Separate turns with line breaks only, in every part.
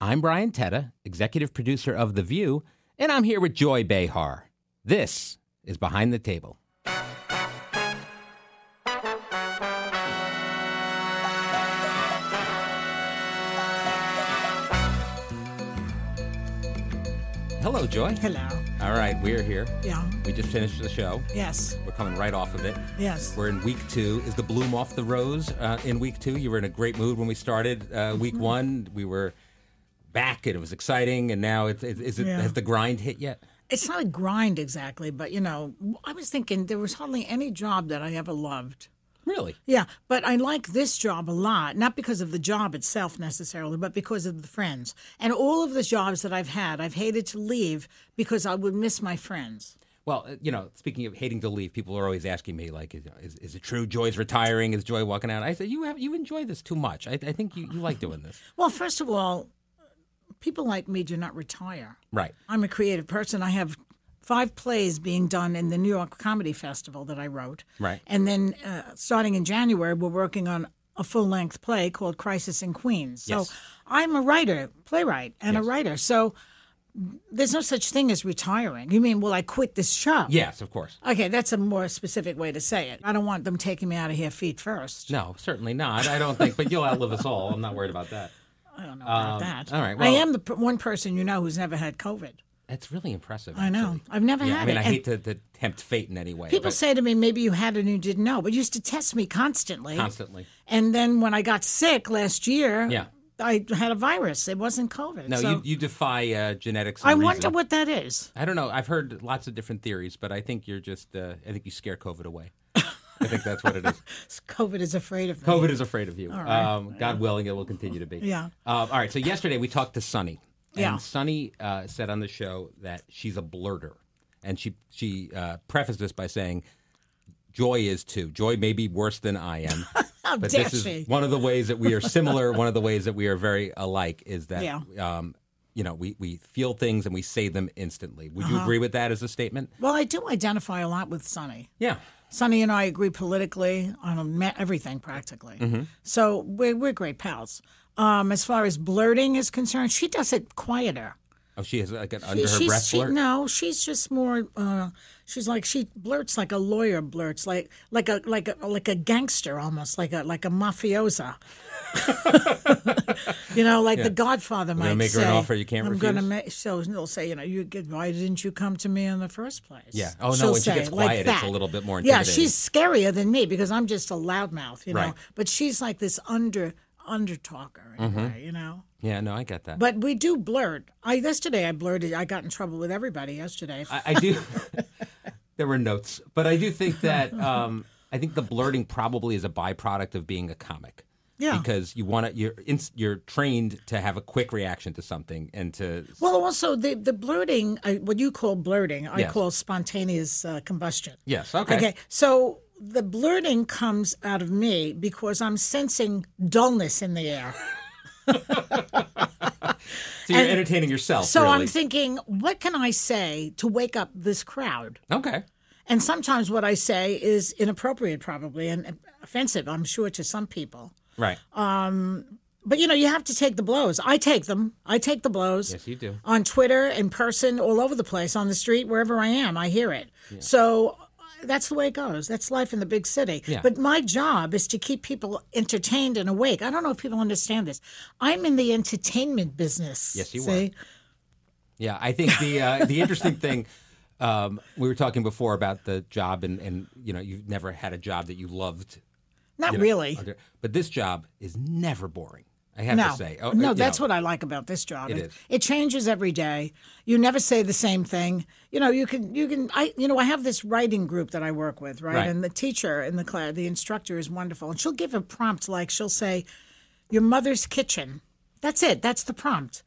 I'm Brian Tetta, executive producer of The View, and I'm here with Joy Behar. This is Behind the Table. Hello, Joy.
Hello.
All right, we're here.
Yeah.
We just finished the show.
Yes.
We're coming right off of it.
Yes.
We're in week two. Is the bloom off the rose uh, in week two? You were in a great mood when we started uh, week
Mm-hmm.
one. We were back and it was exciting. And now it's, it's is it,
Yeah.
has the grind hit yet?
It's not a grind exactly, but you know, I was thinking there was hardly any job that I ever loved.
Really?
Yeah, but I like this job a lot, not because of the job itself necessarily, but because of the friends. And all of the jobs that I've had, I've hated to leave because I would miss my friends.
Well, uh, you know, speaking of hating to leave, people are always asking me, like, is, is, is it true Joy's retiring? Is Joy walking out? I said, you have you enjoy this too much. I, I think you, you like doing this.
Well, first of all, people like me do not retire.
Right.
I'm a creative person. I have five plays being done in the New York Comedy Festival that I wrote.
Right.
And then uh, starting in January, we're working on a full length play called Crisis in Queens.
Yes.
So I'm a writer, playwright, and a writer. So there's no such thing as retiring. You mean, will I quit this job?
Yes, of course.
Okay, that's a more specific way to say it. I don't want them taking me out of here feet first.
No, certainly not. I don't think, but you'll outlive us all. I'm not worried about that.
I don't know about that.
Um, all right,
I
well-
am the p- one person you know who's never had COVID.
That's really impressive.
I know.
actually.
I've never
Yeah,
had
I mean,
it.
I
And-
hate to, to tempt fate in any way.
People
but
say to me, maybe you had it and you didn't know, but you used to test me constantly.
constantly.
And then when I got sick last year,
Yeah.
I had a virus. It wasn't COVID.
No,
so
you, you defy uh, genetics. and
I wonder
reason.
what that is.
I don't know. I've heard lots of different theories, but I think you're just. Uh, I think you scare COVID away. I think that's what it is.
COVID is afraid of me.
COVID is afraid of you. Um, God willing, it will continue to be.
Yeah.
Um, all right. So yesterday we talked to Sunny, and
Yeah.
Sunny uh, said on the show that she's a blurter, and she she uh, prefaced this by saying, "Joy is too. Joy may be worse than I am."
How
But
dare
this is
she?
one of the ways that we are similar. one of the ways that we are very alike is that,
Yeah.
um, you know, we, we feel things and we say them instantly. Would
Uh-huh.
you agree with that as a statement?
Well, I do identify a lot with Sonny.
Yeah.
Sonny and I agree politically on a ma- everything practically.
Mm-hmm.
So we're, we're great pals. Um, as far as blurting is concerned, she does it quieter.
Oh, she has like an under her
she's,
breath
she-
blurt.
no, she's just more. Uh, she's like she blurts like a lawyer blurts, like like a like a like a gangster almost, like a like a mafiosa. you know, like the Godfather might
make her
say.
an offer you can't
I'm
refuse?
gonna make. So they'll say, you know, you get, why didn't you come to me in the first place?
Yeah. Oh, no,
She'll
when she
say
gets
it like
quiet, it's a
that.
little bit more
Yeah,
intimidating.
she's scarier than me because I'm just a loudmouth, you know.
Right.
But she's like this under under talker, in a
Mm-hmm.
way, you know.
Yeah, no, I get that.
But we do blurt. I yesterday I blurted. I got in trouble with everybody yesterday.
I, I do. there were notes, but I do think that um, I think the blurting probably is a byproduct of being a comic.
Yeah.
Because you want to, you're inst- you're trained to have a quick reaction to something and to
well, also the the blurting, I, what you call blurting, I
Yes.
call spontaneous uh, combustion.
yes, okay,
Okay, so the blurting comes out of me because I'm sensing dullness in the air.
so you're entertaining yourself.
So
really.
I'm thinking, what can I say to wake up this crowd?
okay.
And sometimes what I say is inappropriate, probably, and offensive, I'm sure, to some people.
Right.
Uh, But you know, you have to take the blows. I take them. I take the blows.
Yes, you do.
On Twitter, in person, all over the place, on the street, wherever I am, I hear it. So uh, that's the way it goes. That's life in the big city. But my job is to keep people entertained and awake. I don't know if people understand this. I'm in the entertainment business.
Yes, you
see?
Yeah, I think the uh, the interesting thing um, we were talking before about the job and and you know you've never had a job that you loved,
Not really.
Okay. but this job is never boring. I have
No,
to say. Oh,
no,
you
that's
know,
what I like about this job. It,
is.
it changes every day. You never say the same thing. You know, you can, you can, I, you know, I have this writing group that I work with, right?
Right.
And the teacher in the class, the instructor is wonderful, and she'll give a prompt like she'll say, "Your mother's kitchen." That's it. That's the prompt.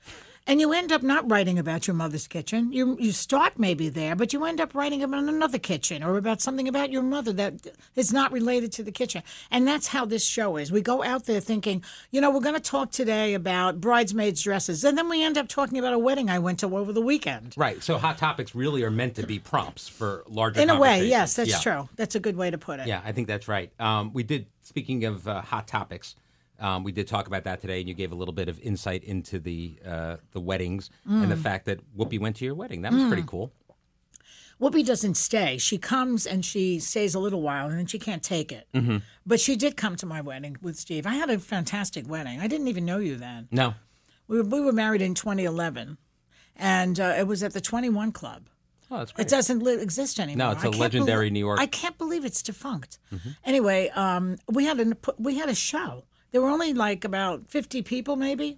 And you end up not writing about your mother's kitchen. You you start maybe there, but you end up writing about another kitchen or about something about your mother that is not related to the kitchen. And that's how this show is. We go out there thinking, you know, we're going to talk today about bridesmaids' dresses, and then we end up talking about a wedding I went to over the weekend.
Right. So hot topics really are meant to be prompts for larger.
In a way,
conversations.
yes, that's
Yeah.
true. That's a good way to put it.
Yeah, I think that's right. Um, we did. Speaking of uh, hot topics, Um, we did talk about that today, and you gave a little bit of insight into the uh, the weddings and
Mm.
the fact that Whoopi went to your wedding. That was pretty cool.
Whoopi doesn't stay. She comes and she stays a little while and then she can't take it. But she did come to my wedding with Steve. I had a fantastic wedding. I didn't even know you then.
No,
We were, we were married in 2011 and uh, it was at the 21 Club.
oh, that's great.
It doesn't li- exist anymore.
it's a
a
legendary New York- Mm-hmm.
I can't believe it's defunct. Anyway, um, we had an we had a show. There were only like about fifty people, maybe,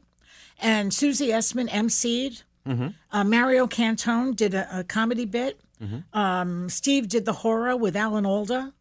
and Susie Essman emceed.
Mm-hmm.
Uh, Mario Cantone did a, a comedy bit.
Mm-hmm.
Um, Steve did the horror with Alan Alda.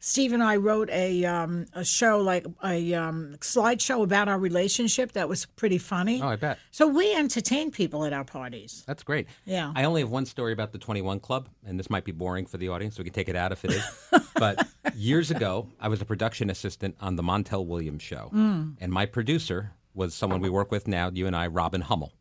Steve and I wrote a um, a show like a um, slideshow about our relationship that was pretty funny.
oh, I bet
So we entertained people at our parties.
that's great.
Yeah.
I only have one story about the Twenty One Club, and this might be boring for the audience. so We can take it out if it is. but years ago, I was a production assistant on the Montel Williams show, and my producer was someone we work with now. You and I, Robin Hummel.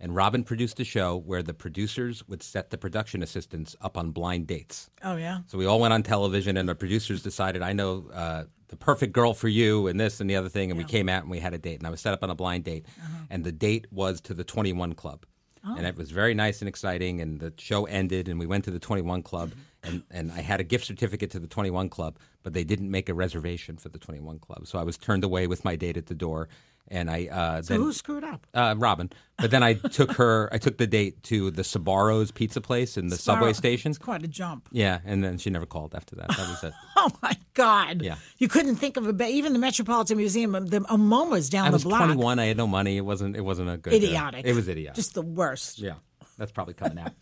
And Robin produced a show where the producers would set the production assistants up on blind dates.
Oh yeah.
So we all went on television, and the producers decided, I know uh, the perfect girl for you, and this and the other thing. And we came out and we had a date, and I was set up on a blind date, and the date was to the 21 Club. And it was very nice and exciting. And the show ended, and we went to the 21 Club, and, and I had a gift certificate to the 21 Club, but they didn't make a reservation for the 21 Club. So I was turned away with my date at the door. And I uh, then
Who screwed up?
uh, Robin. But then I took her. I took the date to the Sabaro's pizza place in the subway
Sorrow-
station.
It's quite a jump.
Yeah, and then she never called after that. That was it.
Oh my God!
Yeah.
you couldn't think of a ba- even the Metropolitan Museum. The a MoMA's down
I
the
was
block.
21. I had no money. It wasn't. It wasn't a good. uh,
Idiotic.
it was idiotic.
Just the worst.
yeah, that's probably coming out.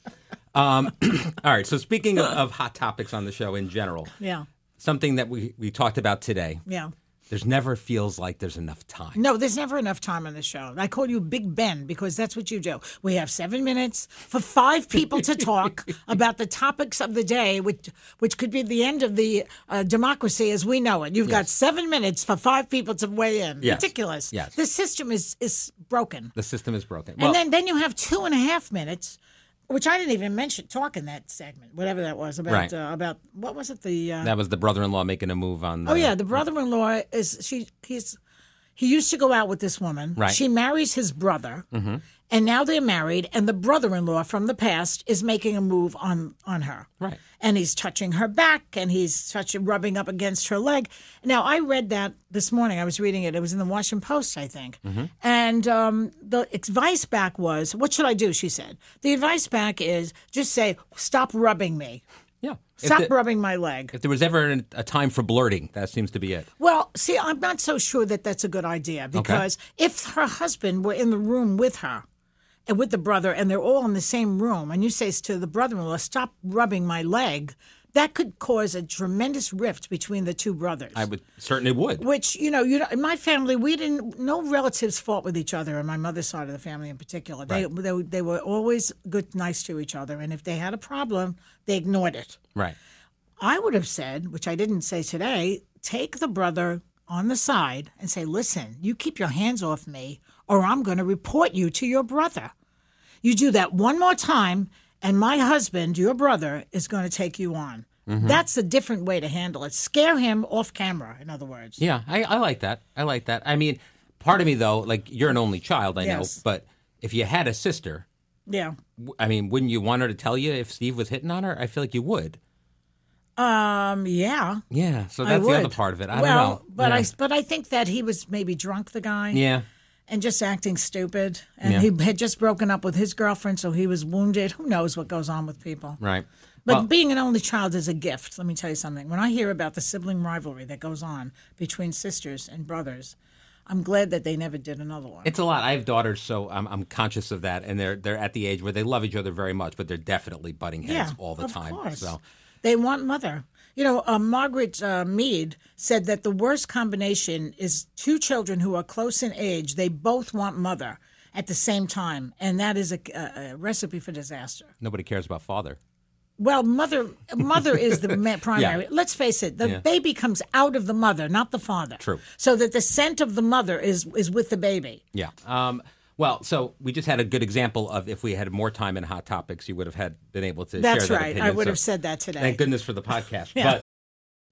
um, all right. So speaking of, of hot topics on the show in general,
Yeah.
something that we we talked about today.
Yeah.
There's never feels like there's enough time.
No, there's never enough time on the show. I call you Big Ben because that's what you do. We have seven minutes for five people to talk about the topics of the day, which which could be the end of the uh, democracy as we know it. You've got seven minutes for five people to weigh in.
Yes.
Ridiculous.
Yes.
The system is is broken.
The system is broken.
And then, then you have two and a half minutes, which I didn't even mention talking that segment, whatever that was about
Right.
uh, about what was it the uh,
that was the brother-in-law making a move on.
oh yeah the brother-in-law is she he's he used to go out with this woman.
Right. Mm-hmm.
She marries his brother, and now they're married. And the brother-in-law from the past is making a move on on her.
Right.
And he's touching her back, and he's touching, rubbing up against her leg. Now I read that this morning. I was reading it. It was in the Washington Post, I think.
Mm-hmm.
And um, the advice back was, "What should I do?" She said. The advice back is just say, "Stop rubbing me.
Yeah. If,
Stop
the-
rubbing my leg."
if there was ever an, a time for blurting, that seems to be it.
Well, see, I'm not so sure that that's a good idea because if her husband were in the room with her and with the brother and they're all in the same room and you say to the brother-in-law, "Stop rubbing my leg," that could cause a tremendous rift between the two brothers.
I would certainly would.
which you know, you know, in my family, we didn't. No relatives fought with each other, and my mother's side of the family in particular. They,
Right.
they they were always good, nice to each other, and if they had a problem, they ignored it.
Right.
I would have said, which I didn't say today, take the brother on the side and say, listen, you keep your hands off me or I'm going to report you to your brother. You do that one more time, and my husband, your brother, is going to take you on.
Mm-hmm.
That's a different way to handle it. Scare him off camera, in other words.
Yeah, I, I like that. I like that. I mean, part of me though, like you're an only child, I
Yes.
know, but if you had a sister,
Yeah.
w- I mean, wouldn't you want her to tell you if Steve was hitting on her? I feel like you would.
Um, yeah.
Yeah, so
I
that's the
would.
other part of it. I
well,
don't know.
but
yeah.
I but I think that he was maybe drunk, the guy.
yeah,
and just acting stupid. And he had just broken up with his girlfriend, so he was wounded. Who knows what goes on with people?
right.
But
well,
being an only child is a gift. Let me tell you something. When I hear about the sibling rivalry that goes on between sisters and brothers, I'm glad that they never did another one.
it's a lot. I have daughters, so I'm, I'm conscious of that, and they're they're at the age where they love each other very much, but they're definitely butting heads all the
of
time.
course.
So
They want mother. You know, uh, Margaret uh, Mead said that the worst combination is two children who are close in age. They both want mother at the same time, and that is a, a, a recipe for disaster.
nobody cares about father.
Well, mother, mother is the ma- primary. Let's face it, the baby comes out of the mother, not the father.
True.
So that the scent of the mother is is with the baby.
Yeah. Um, well, so we just had a good example of if we had more time in hot topics, you would have had been able to.
That's
share that
right. I
opinion.
would
So
have said that today.
Thank goodness for the podcast. But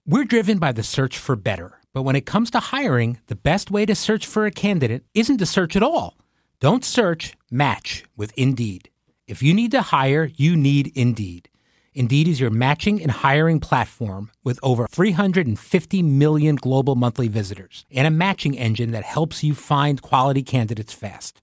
we're driven by the search for better.
But when it comes to hiring, the best way to search for a candidate isn't to search at all. Don't search, match with Indeed. If you need to hire, you need Indeed. Indeed is your matching and hiring platform with over 350 million global monthly visitors and a matching engine that helps you find quality candidates fast.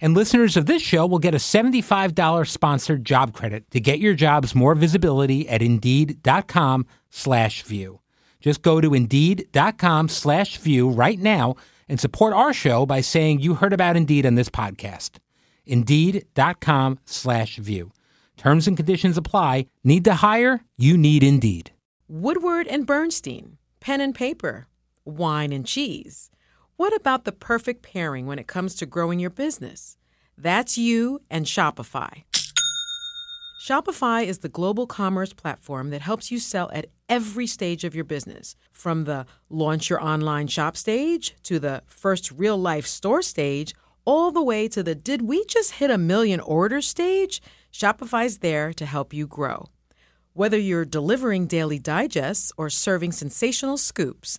And listeners of this show will get a $75 sponsored job credit to get your jobs more visibility at Indeed.com slash view. Just go to Indeed.com slash view right now and support our show by saying you heard about Indeed on this podcast. Indeed.com slash view. Terms and conditions apply. Need to hire? You need Indeed.
Woodward and Bernstein, pen and paper, wine and cheese. What about the perfect pairing when it comes to growing your business? That's you and Shopify. Shopify is the global commerce platform that helps you sell at every stage of your business, from the launch your online shop stage to the first real life store stage, all the way to the did we just hit a million orders stage? Shopify's there to help you grow. Whether you're delivering daily digests or serving sensational scoops,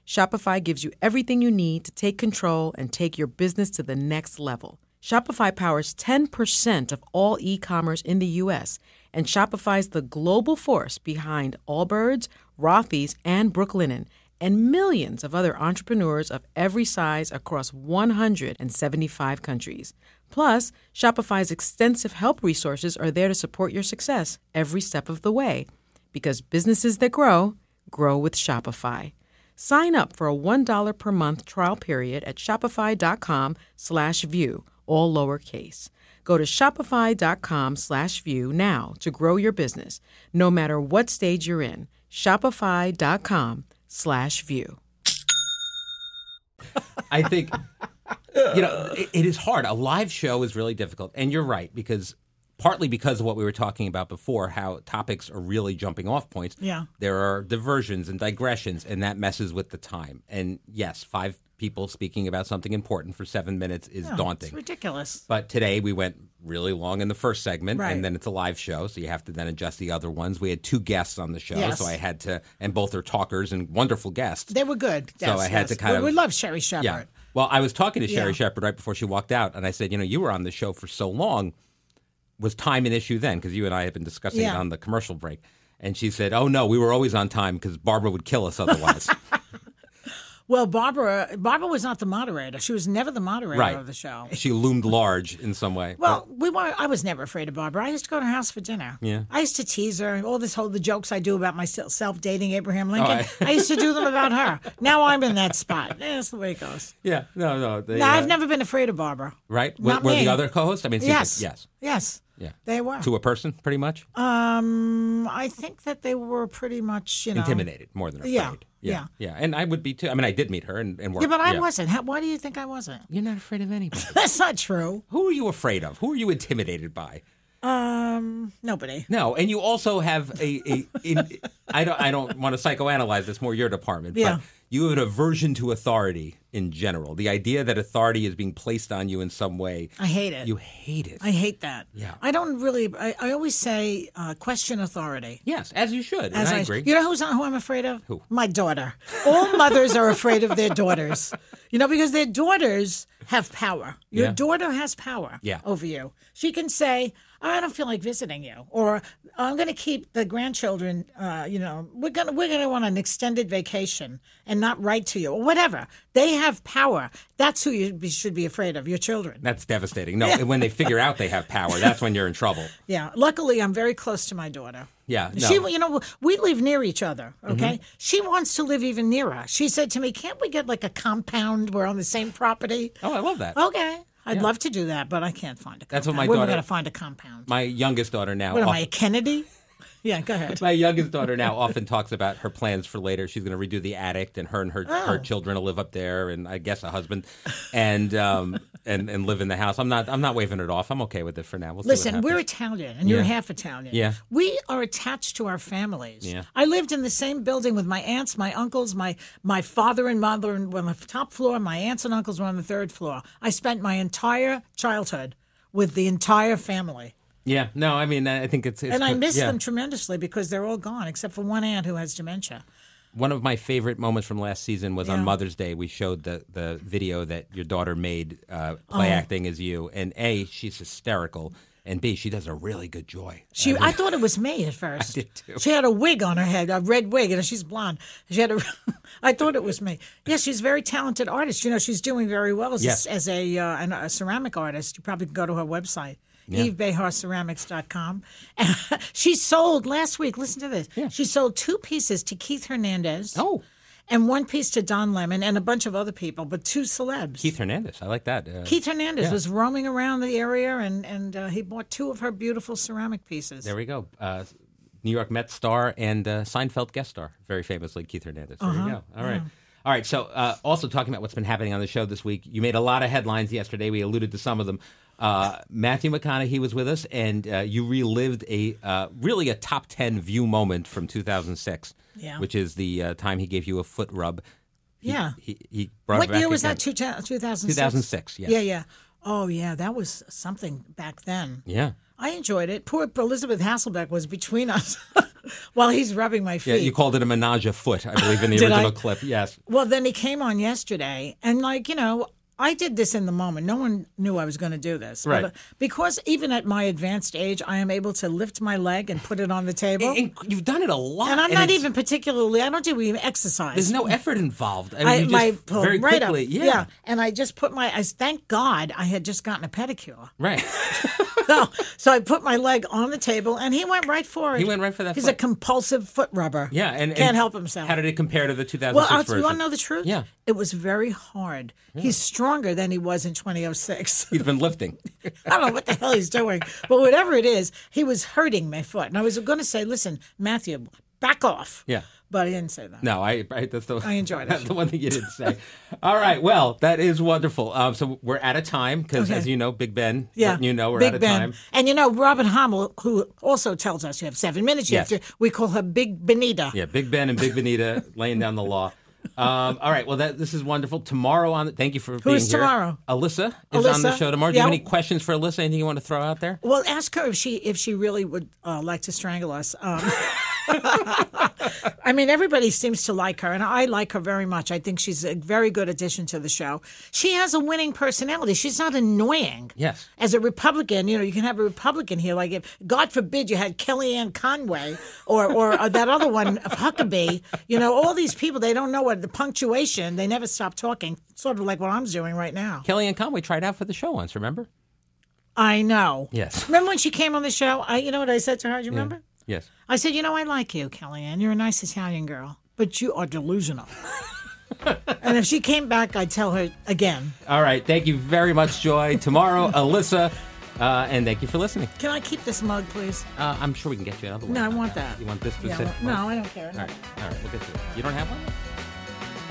Shopify gives you everything you need to take control and take your business to the next level. Shopify powers 10% of all e commerce in the US, and Shopify's the global force behind Allbirds, Rothy's, and Brooklinen, and millions of other entrepreneurs of every size across 175 countries. Plus, Shopify's extensive help resources are there to support your success every step of the way. Because businesses that grow, grow with Shopify. Sign up for a $1 per month trial period at shopify.com slash view all lowercase. Go to shopify.com slash view now to grow your business, no matter what stage you're in. Shopify.com slash view.
I think, you know, it, it is hard. A live show is really difficult. And you're right, because partly because of what we were talking about before, how topics are really jumping off points.
Yeah.
There are diversions and digressions, and that messes with the time. And yes, five people speaking about something important for seven minutes is
No, It's
daunting.
ridiculous.
But today we went really long in the first segment,
Right.
and then it's a live show, so you have to then adjust the other ones. We had two guests on the show,
Yes.
so I had to, and both are talkers and wonderful guests.
They were good.
So
Yes,
I had
yes.
to kind
we,
of-
We love Sherry Shepherd.
yeah. Well, I was talking to Sherry
Yeah.
Shepard right before she walked out, and I said, you know, you were on the show for so long. Was time an issue then? Because you and I have been discussing it
Yeah.
on the commercial break. And she said, oh, no, we were always on time because Barbara would kill us otherwise.
Well, Barbara Barbara was not the moderator. She was never the moderator
Right.
of the show.
she loomed large in some way.
Well, we were. I was never afraid of Barbara. I used to go to her house for dinner.
Yeah.
I used to tease her. and All this whole the jokes I do about myself dating Abraham Lincoln.
Oh, I-
I used to do them about her. Now I'm in that spot. Yeah, that's the way it goes.
yeah, no, no. They,
No,
uh,
I've never been afraid of Barbara.
Right? Were,
Not
were
me.
the other co hosts? I mean, it seems
Yes.
like- yes.
Yes.
Yeah.
They were.
To a person, pretty much?
Um, I think that they were pretty much, you know,
Intimidated more than afraid.
yeah,
yeah. Yeah. And I would be too. I mean, I did meet her and, and work.
Yeah, but I wasn't. How, why do you think I wasn't?
You're not afraid of anybody.
That's not true.
Who are you afraid of? Who are you intimidated by?
Um, nobody.
No, and you also have a, a in, I don't I don't want to psychoanalyze this more your department,
Yeah.
but you have an aversion to authority in general. The idea that authority is being placed on you in some way,
I hate it.
you hate it.
I hate that.
Yeah.
I don't really. I, I always say uh, question authority.
yes, as you should. and
As
I, agree.
You know who's who I'm afraid of? Who? My daughter. All mothers are afraid of their daughters. You know, because their daughters have power. Your
Yeah.
daughter has power
Yeah.
over you. She can say, "Oh, I don't feel like visiting you, or I'm going to keep the grandchildren. Uh, you know, we're going to we're going to want an extended vacation and not write to you or whatever. They have power. That's who you be- should be afraid of. Your children.
That's devastating. No, when they figure out they have power, that's when you're in trouble.
Yeah. Luckily, I'm very close to my daughter.
Yeah. No. Mm-hmm.
She, you know, we live near each other. Okay, she wants to live even nearer. She said to me, "Can't we get like a compound? We're on the same property."
oh, I love that.
Okay, I'd love to do that, but I can't find a. Compound.
That's what my
Where am I
daughter-
going to find a compound?
My youngest daughter now.
what am
off-
I, a Kennedy? yeah, go ahead.
my youngest daughter now often talks about her plans for later. She's going to redo the attic, and her and her,
Oh.
her children will live up there, and I guess a husband, and um and and live in the house. I'm not I'm not waving it off. I'm okay with it for now. We'll see what
Listen, we're
happens.
Italian, and you're half Italian.
Yeah.
we are attached to our families.
Yeah.
I lived in the same building with my aunts, my uncles, my my father and mother were on the top floor. My aunts and uncles were on the third floor. I spent my entire childhood with the entire family,
yeah. No, I mean I think it's, it's
and I miss
yeah.
them tremendously because they're all gone except for one aunt who has dementia.
One of my favorite moments from last season was on Mother's Day. We showed the, the video that your daughter made uh, play
Oh.
acting as you, and A, she's hysterical, and B, she does a really good joy.
She, I thought it was me at first. She had a wig on her head, a red wig, and she's blonde. She had a, I thought it was me. Yeah, she's a very talented artist. You know, she's doing very well as,
Yes.
a, as a, uh, an, a ceramic artist. You probably can go to her website. EveBeharCeramics.com. she sold last week, listen to this. She sold two pieces to Keith Hernandez
Oh,
and one piece to Don Lemon and a bunch of other people, but two celebs.
Keith Hernandez, I like that. Uh,
Keith Hernandez was roaming around the area and, and uh, he bought two of her beautiful ceramic pieces.
There we go. Uh, New York Mets star and uh, Seinfeld guest star, very famously Keith Hernandez. There
Uh-huh.
you go. All right. All right. So, uh, also talking about what's been happening on the show this week, you made a lot of headlines yesterday. We alluded to some of them. Uh, Matthew McConaughey was with us, and uh, you relived a uh, really a top ten view moment from 2006,
Yeah.
which is the uh, time he gave you a foot rub.
Yeah.
He, he brought it
What
back
year was
again.
that? 2000 2006?
2006, yes.
Yeah, yeah. Oh, yeah. That was something back then.
Yeah.
I enjoyed it. Poor Elizabeth Hasselbeck was between us while he's rubbing my feet.
Yeah, you called it a menage a foot, I believe, in the
Did I?
original clip. Yes.
well, then he came on yesterday, and like, you know, I did this in the moment. No one knew I was going to do this.
Right.
But uh, because even at my advanced age, I am able to lift my leg and put it on the table.
And you've done it a lot.
and I'm not
it's-
even particularly, I don't do even exercise.
There's no effort involved. I mean,
I,
you just
my pulled
very
right
quickly,
up.
Yeah,
and I just put my. I thank God I had just gotten a pedicure,
right.
so, so I put my leg on the table, and he went right for it.
He went right for that
He's
foot.
a compulsive foot rubber.
Yeah, and
can't
and
help himself.
How did it compare to the 2006
well, I'll-
version?
you want to know the truth?
Yeah.
it was very hard. He's stronger than he was in 2006.
He's been lifting.
I don't know what the hell he's doing, but whatever it is, he was hurting my foot, and I was going to say, "Listen, Matthew, back off."
Yeah.
but he didn't say that.
No, I, I that's the I
enjoyed it.
That's the one thing you didn't say. All right, well, that is wonderful. Um, so we're out of time because,
Okay.
as you know, Big Ben.
Yeah,
you know, we're
Big
out of
ben.
time.
And you know, Robin Hommel, who also tells us you have seven minutes. You
Yes.
have to, we call her Big Benita.
Yeah, Big Ben and Big Benita laying down the law. Um, all right, well, that this is wonderful. Tomorrow on. Thank you for being
is
here.
tomorrow?
Alyssa is on the
Alyssa?
show tomorrow. Do you have
Yeah.
any questions for Alyssa? Anything you want to throw out there?
Well, ask her if she if she really would uh, like to strangle us. Um, I mean, everybody seems to like her, and I like her very much. I think she's a very good addition to the show. She has a winning personality. She's not annoying.
Yes.
As a Republican, you know, you can have a Republican here. Like, if God forbid you had Kellyanne Conway or or uh, that other one, Huckabee, you know, all these people, they don't know what the punctuation, they never stop talking, sort of like what I'm doing right now.
Kellyanne Conway tried out for the show once. Remember?
I know.
Yes.
Remember when she came on the show? I, you know what I said to her? Do you remember?
Yes.
I said, you know, I like you, Kellyanne. You're a nice Italian girl, but you are delusional. and if she came back, I'd tell her again.
All right. Thank you very much, Joy. Tomorrow, Alyssa. Uh, and thank you for listening.
Can I keep this mug, please?
Uh, I'm sure we can get you another one.
No, I want that.
You want this
Yeah,
specific
well, no,
one?
I don't care.
All right. All right. We'll get you. You don't have one?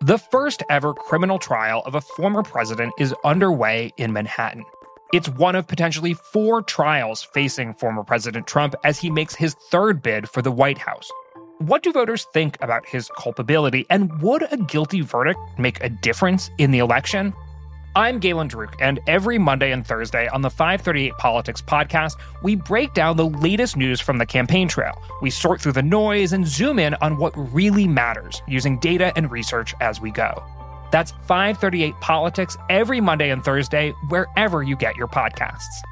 The first ever criminal trial of a former president is underway in Manhattan. It's one of potentially four trials facing former President Trump as he makes his third bid for the White House. What do voters think about his culpability, and would a guilty verdict make a difference in the election? I'm Galen Druk, and every Monday and Thursday on the 538 Politics podcast, we break down the latest news from the campaign trail. We sort through the noise and zoom in on what really matters using data and research as we go. That's 538 Politics every Monday and Thursday, wherever you get your podcasts.